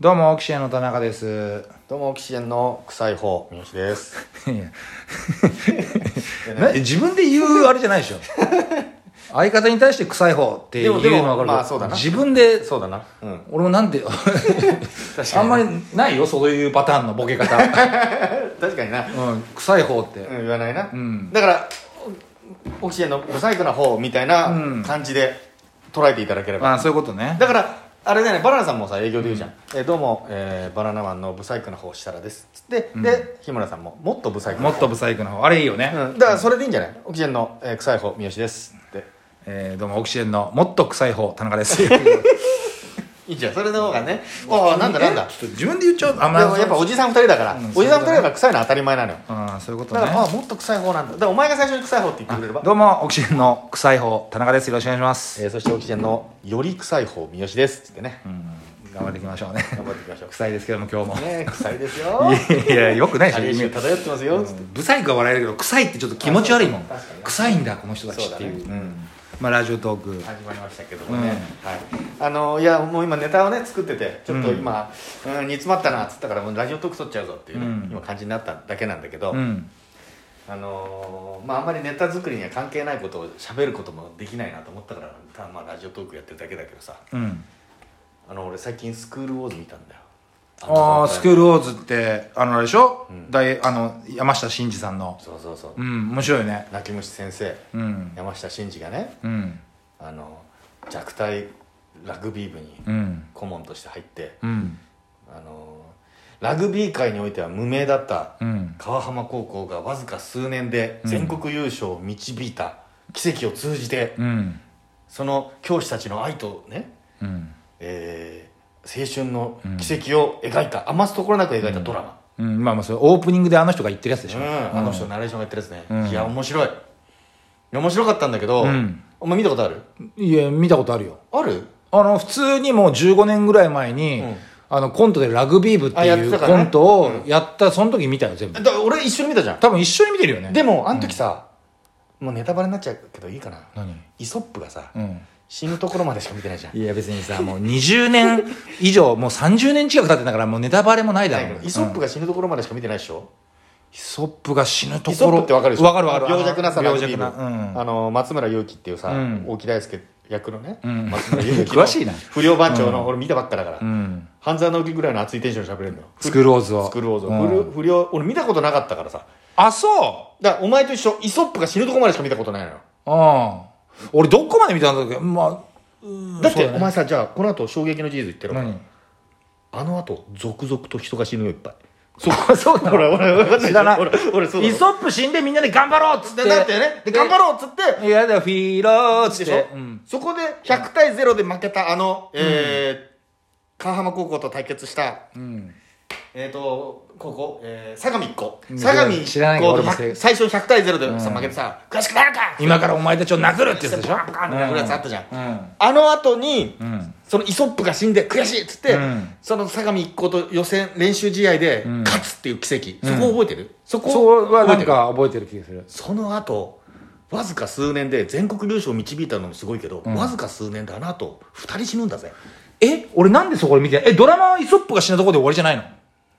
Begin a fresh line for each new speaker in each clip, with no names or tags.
どうもオキシエンの田中です
どうもオキシエンの臭い方三好です
い やな自分で言うあれじゃ ないでしょ相方に対して臭い方って言うの
でもで
分
も
かるけど、
まあそうだな
自分で
そうだなうん
俺もなんで
確
あん
かに
まりないよそういうパターンのボケ方、
確かにな、うん、
うん、臭い方って、
言わないな、
ん
だからオキシエンのブサイクな方みたい
うん
な感じで捉えていただければ、
まあそういうことね
だからあれだよねバナナさんもさ営業で言うじゃん、えーどうも、えーバナナマンのブサイクな方設楽ですつって、で日村さんももっとブサイクな
もっと
方
ブサイクな方あれいいよね、
うん、だからそれでいいんじゃないオキシエンの、えー臭い方三好ですって
えーどうもオキシエンのもっと臭い方田中です
いいじゃんそれの方がね ああなんだなんだ
えちょっと自分で言っちゃうあん
でもやっぱおじさん二人だから、
うん
おじさん二人だから臭いのは当たり前なのよ
あそういうこと
だから、
ね
あもっと臭い方なんだだからお前が最初に臭い方って言ってくれれば
どうもオキシエンの臭い方田中ですよろしくお願いします、
えーそしてオキシエンのより臭い方三好ですっつってね
うん、頑張っていきましょうね
頑張っていきま しょ
臭いですけども今日も
うね臭いですよ
いやいやよくないでしょ
激しく漂ってますよっつって
ブサイクは笑えるけど臭いってちょっと気持ち悪いもん
あそうそう確かに
臭いんだこの人たちっていう
そう
う
だね
んまあラジオトーク
始まりましたけどもね、はいあのいやもう今ネタをね作っててちょっと今、うん煮詰まったなっつったからもうラジオトーク撮っちゃうぞっていうね、
うん
今感じになっただけなんだけど、
うん
あのーまああんまりネタ作りには関係ないことを喋ることもできないなと思ったからたまあラジオトークやってるだけだけどさ
うん
あの俺最近スクールウォーズ見たんだよ
ああスクー
ル
ルウォーズってあのあれでしょ
うん
大あの山下真司さんの
そうそうそう、
うん面白いよね
泣き虫先生
うん
山下真司がね
うん
あの弱体ラグビー部に
うん
顧問として入って、
うん
あのラグビー界においては無名だった
うん
川浜高校がわずか数年で全国優勝を導いた奇跡を通じて、
うん
その教師たちの愛とね、
うん
えー青春の奇跡を描いた、余すところなく描いたドラマ、
うんまあまあそれオープニングであの人が言ってるやつでし
う
ょ
んあの人ナレーションがやってるやつね、
うん
いや面白いいや面白かったんだけど、
うん
お前見たことある
いや見たことあるよ
ある
あの普通にもう15年ぐらい前に、
うん
あのコントでラグビー部って
あやっ
い
て
う
たか
コ
らね
ントをやった、その時見たよ全部
だから俺一緒に見たじゃん
多分一緒に見てるよね
でもあの時さ、もうネタバレになっちゃうけどいいかな
何
イソップがさ、
うん
死ぬところまでしか見てないじゃん
いや別にさもう20年以上もう30年近く経ってんだからもうネタバレもないだ
だ
ろ
け
う
どイソップ
が、うん
が死ぬところまでしか見てないでしょ、
イソップが死ぬところ
イソップってわかるでしょ
わかるわかる
病弱なさ
病
ラグビ
弱
ー
な
部あの松村雄輝っていうさ、
うん
大木大輔役のね、
ん
松村雄輝 の
詳しいな
不良番長の、俺見たばっかだから、
うん、うん、
半沢直樹ぐらいの熱いテンションで喋れるのよ
スクールウォーズを
スクールウォーズを、
うん
不良不良俺見たことなかったからさ
あそ
だからお前と一緒イソップが死ぬとこまでしか見たことないのよ
ううん俺どこまで見たんだっけまあうん
だって
そうね
お前さじゃあこの後衝撃の事実言ってる
何
あの後続々と人が死ぬよいっぱい
そう そうなの
ほらほらほら
知らない
ほらほらそうだ
イソップ死んでみんなで頑張ろうっつって
だってねで頑張ろうっつって
いやだ、フィーローっつっ
でしょ
て。うん。
そこで100対0で負けたあのえー川浜高校と対決した
うん。
えっと高校えー相模一高
うん
相模
知らない
一
けど
高
俺も
とま
せ
最初100対0でさ負けてさ悔しくなるか
今からお前たちを殴るってやつでしょ
バカバカみたいなやつあったじゃん
うん。
あの後に
うん。
そのイソップが死んで悔しいっつって、
うん
その相模一高と予選練習試合で
ん
勝つっていう奇跡、そこ覚えてるそこ
そこは
覚え
な
て
ん
る
か覚えてる気がする。
その後わずか数年で全国優勝を導いたのもすごいけど、わずか数年であの後2人死ぬんだぜ
え俺なんでそこで見てないえ、ドラマはイソップが死んだところで終わりじゃないの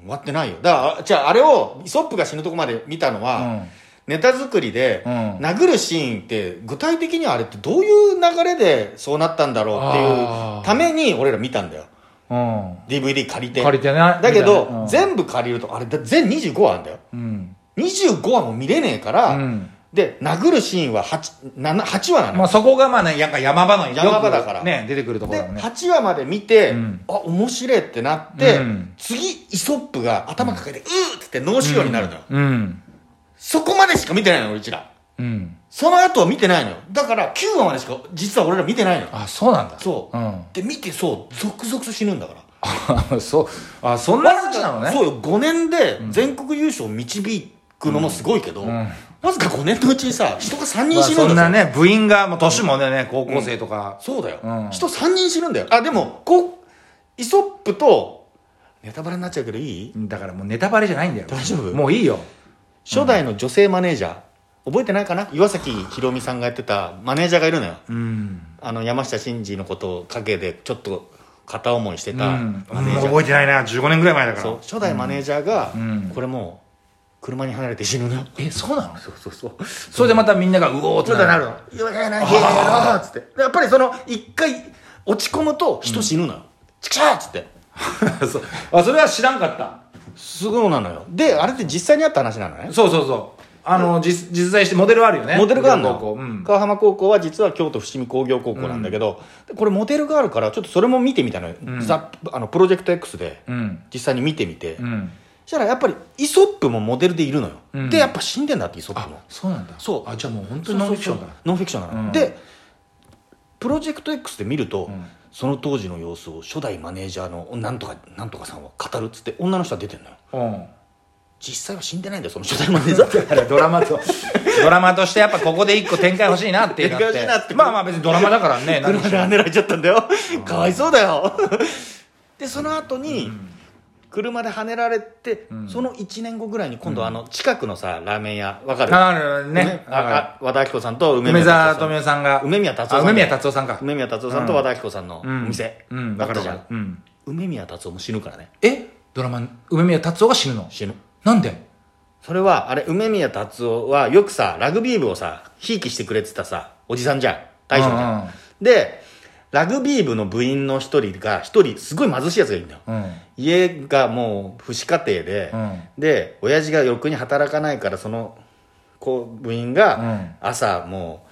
終わってないよだからあじゃああれをイソップが死ぬとこまで見たのは、
うん
ネタ作りで、
うん
殴るシーンって具体的にはあれってどういう流れでそうなったんだろうってい
あー
うために俺ら見たんだよ
う
DVD 借りて
借りてね
だ
見た
け
ね
ど、
うん
全部借りるとあれだ全25話あるんだよ
ん。うん。
25話も見れねえから、
うん
で殴るシーンは 8, 7 8話なの、
まあそこがまあね、やっぱ山場の
山場だから
よくね、出てくるところ
で
だもんね。
8話まで見て、
うん
あ面白いってなって、
うん
次イソップが頭抱えて「うー!」っつって脳腫瘍になるのよ、
うん。
そこまでしか見てないのようちら
うん。
その後は見てないのよだから9話までしか実は俺ら見てないのよ
あ、そうなんだ。
そう、
う
で見てそう続々と死ぬんだから
ん。 そう。あ、そんな話なのね。
そうよ5年で全国優勝を導くのもすごいけど、
ん
わずか5年のうちにさ人が3
ま
人
あ
死ぬ
そ
んだ
ん
ぜ
なね、部員が、もう年もね、高校生とか。
そうだよ、
うん
人3人死ぬんだよあでもこうイソップとネタバレになっちゃうけどいい
だからもうネタバレじゃないんだよ。
大丈夫
もういいよ。
初代の女性マネージャー、覚えてないかな岩崎宏美さんがやってたマネージャーがいるのよ
うん。
あの山下真司のことを陰でちょっと片思いして
うん
たマネージャー、
覚えてないな15年ぐらい前だから
そう初代マネージャーが、
うん
これもう車に離れて死ぬな
えそうなのそうそうそうそれでまたみんながうおーって
そうだなるの「よやなへえな」っつってでやっぱりその一回落ち込むと人死ぬのよ、チクシャーっつって
そうあそれは知らんかった
すごいなのよであれって実際にあった話なのね
そうそうそうあの実実在してモデルあるよね
モデルガール
高校
の、
うん
川浜高校は実は京都伏見工業高校なんだけど、でこれモデルガールからちょっとそれも見てみたのよ、
ん
ザあのプロジェクト X で
うん
実際に見てみて、
うん
そしたらやっぱりイソップもモデルでいるのよ、
うん
でやっぱ死んでんだってイソッ
あ
プも
そうなんだ
そう
あじゃあもう本当にノンフィクションだ
そうそうそうノンフィクションなの、
うん
でプロジェクト X で見ると、
ん
その当時の様子を初代マネージャーのなんとかなんとかさんは語るっつって女の人は出てんのよ
うん
実際は死んでないんだよその初代マ ネージャーって
あれドラマとドラマとしてやっぱここで一個展開欲しいなっていうのがあ
展開欲しいなって
まあまあ別にドラマだから ね何
車
し
で
ろ
はねられちゃったんだよかわいそうだよでその後に車ではねられて、
ん
その1年後ぐらいに今度あの近くのさラーメン屋わかる
あなるほどね
ねああ和田アキ子さんと梅
梅沢
沢
富美男さんが
梅宮達夫さん
あ梅宮達夫さんか
梅宮達夫さんと和田アキ子さんの
うん
店
うん
だ
だ
っ
か
た
ら
じゃん、
うん
梅宮達夫も死ぬからね
えドラマ梅宮達夫が死ぬの
死ぬ
なんで
それはあれ梅宮達夫はよくさラグビー部をさひいきしてくれてたさおじさんじゃん大将じゃん、
うんうん
でラグビー部の部員の一人が一人すごい貧しいやつがいるんだよ、
うん
家がもう不死家庭で、
うん
で親父がろくに働かないからそのこう部員が朝も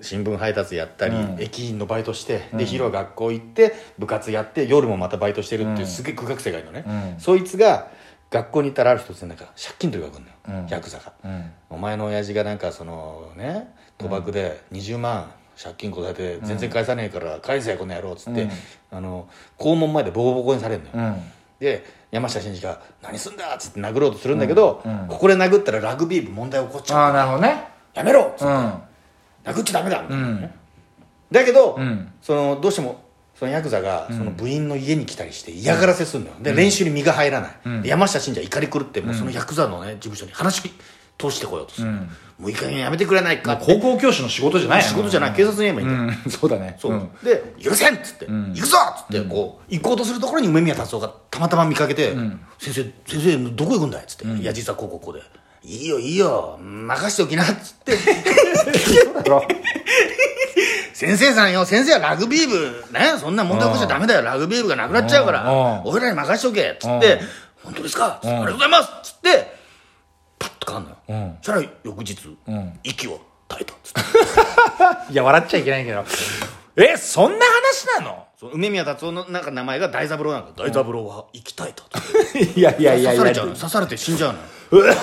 う新聞配達やったり、
うん
駅員のバイトして、で昼は学校行って部活やって夜もまたバイトしてるっていう、すげえ苦学生がいるのね、
うん
そいつが学校に行ったらある一つでなんか借金取りが来るのよ、
うん
ヤクザが、
うん
お前の親父がなんかそのね賭博で20万借金こさえて全然返さねえから返せこの野郎っつって、
うん
あの校門前でボコボコにされるのよ、
うん
で山下真司が「何すんだ!」っつって殴ろうとするんだけど、
うんうん
ここで殴ったらラグビー部問題起こっちゃう
ああなるほどね
やめろ
うん
殴っちゃダメだ、
うん
だけど、
うん
そのどうしてもそのヤクザがその部員の家に来たりして嫌がらせするのよ、で練習に身が入らない、
うん
で山下真司は怒り狂ってもうそのヤクザのね事務所に話通してこようとする、
うん
もういい加減やめてくれないかって
高校教師の仕事じゃない
仕事じゃない警察に言えばいいんだよ、
うんそうだね
そ う、
ん
で「許せん!」っつって「
ん
行くぞ!」っつってこう行こうとするところに梅宮達夫がたまたま見かけて「先生先生どこ行くんだい?」っつって「いや実はこうこうこうで」いいよいいよ任しておきな」っつって「先生さんよ先生はラグビー部ねそんな問題起こしちゃダメだよラグビー部がなくなっちゃうか
うん
ら俺らに任しておけ」っつっ
う
て
ん
「本当ですか?」つって「あ
うん
りがとうございます」っつってパッと変わんのよ、
うん
そしたら翌日、
ん
息を絶えたっつって
いや笑っちゃいけないけどえそんな話なの
その梅宮達夫のなんか名前が大三郎なんか大三郎は生きたいと
いやいやいやい
刺さ
や
れちゃうの刺されて死んじゃうのよ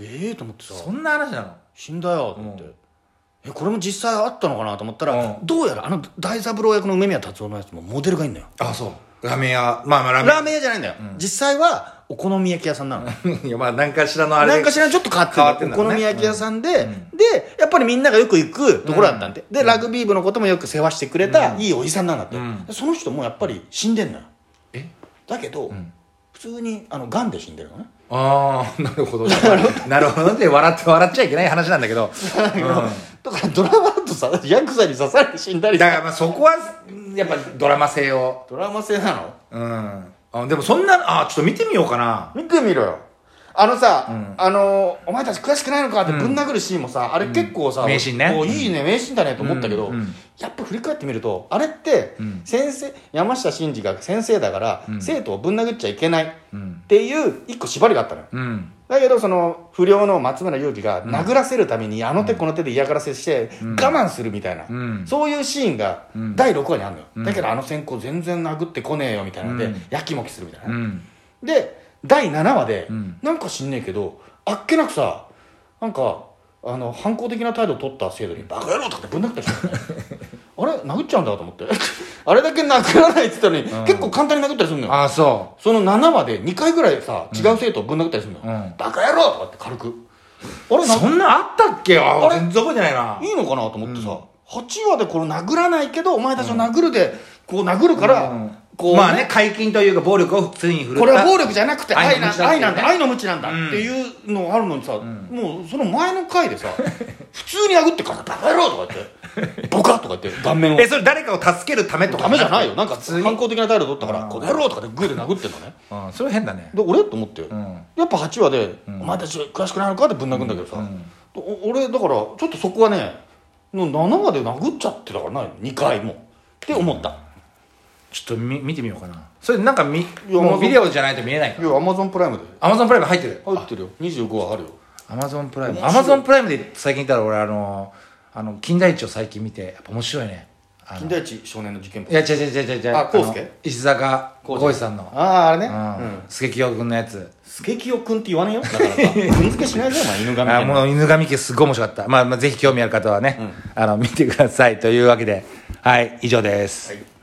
ええと思ってさ
そんな話なの
死んだよと思って、えこれも実際あったのかなと思ったら、
うん
どうやらあの大三郎役の梅宮達夫のやつもモデルがいいんだよ
あそうラーメン屋まあまあラ
ラーメン屋じゃないんだよ、実際はお好み焼き屋さんなのよ
ーメンいやまあ何かしらのあれ
なんかしらちょっと変わってる
変わってんだ
お
ろうね
好み焼き屋さんで、でやっぱりみんながよく行くところだったんで、でラグビー部のこともよく世話してくれたいいおじさんなんだって、
ん
でその人もやっぱり死んでんのよ
え
だけど、普通にあの癌で死んでるのね
あ あなるほどなるほどって笑って笑っちゃいけない 話なんだけど
だけどだからドラマだとさヤクザに刺されて死んだり
だからまあそこはやっぱドラマ性を
ドラマ性なの
うんあでもそんなあちょっと見てみようかな
見てみろよあのさ、あのお前たち悔しくないのかってぶん殴るシーンもさ、あれ結構さ、
うん名シーンね
おいいね名シーンだねと思ったけど、
うんうん
やっぱ振り返ってみるとあれって先生、山下真司が先生だから、生徒をぶん殴っちゃいけないっていう一個縛りがあったのよ
うん
だけどその不良の松村雄輝が殴らせるためにあの手この手で嫌がらせして我慢するみたいな、
うん
そういうシーンが第6話にあるのよ、だけどあの先行全然殴ってこねえよみたいなので、
うん
やきもきするみたいな、
うん
で第7話で、
ん
なんか知んねえけどあっけなくさなんかあの反抗的な態度を取った生徒に「バカ野郎!」とかってぶん殴ったりしたのねあれ殴っちゃうんだと思って あれだけ殴らないっつったのに、結構簡単に殴ったりするのよ
ああそ
その7話で2回ぐらいさ違う生徒をぶん殴ったりするのよ、
うん
バカ野郎とかって軽くあれ
う
な
そんなあったっけあ
あれ
全然覚えてないない
いのかなと思ってさ、8話でこの殴らないけどお前たちを殴るで、こう殴るから、
うん
こう、
まあね解禁というか暴力をついに振るった
これは暴力じゃなくて愛
愛の
な
無知だっていうね
愛なんだ愛の無知なんだっ
うん
ていうのがあるのにさ、もうその前の回でさ普通に殴ってから「バカ野郎!」とか言っ て「ボカ!」とか言って顔面を
えそれ誰かを助けるためとか
ダメじゃないよなんか
普通に
反抗的な態度取ったから
う
「
ん
この野郎!」とかでグーで殴ってんのね
うんそれは変だね
で俺と思って、
ん
やっぱ8話で、お前たち詳しくないのか?」ってぶん殴るんだけどさ、お俺だからちょっとそこはね7話で殴っちゃってたからない2回もって思った、
ちょっとみ見てみようかなそれなんかみ
や
も
Amazon-
うビデオじゃないと見えないか
いやアマゾンプライムで
アマゾンプライム入ってる
入ってるよ25話あるよ
アマゾンプライム
面
ア
白い
マゾンプライムで最近言ったら俺あのあの金田一を最近見てやっぱ面白いねあ
金
の
田一少年の事件簿
いや違う違う違う違う違う
あ康介
あの石坂
康介
浩二さんの
あああれね
うん助清君のやつ
スケキヨ君って言わねえよ だからさ踏んづけしないぞお前犬神
あもう犬神家すごい面白かった、まあまあ、ぜひ興味ある方はね、あの見てくださいというわけではい以上です、
はい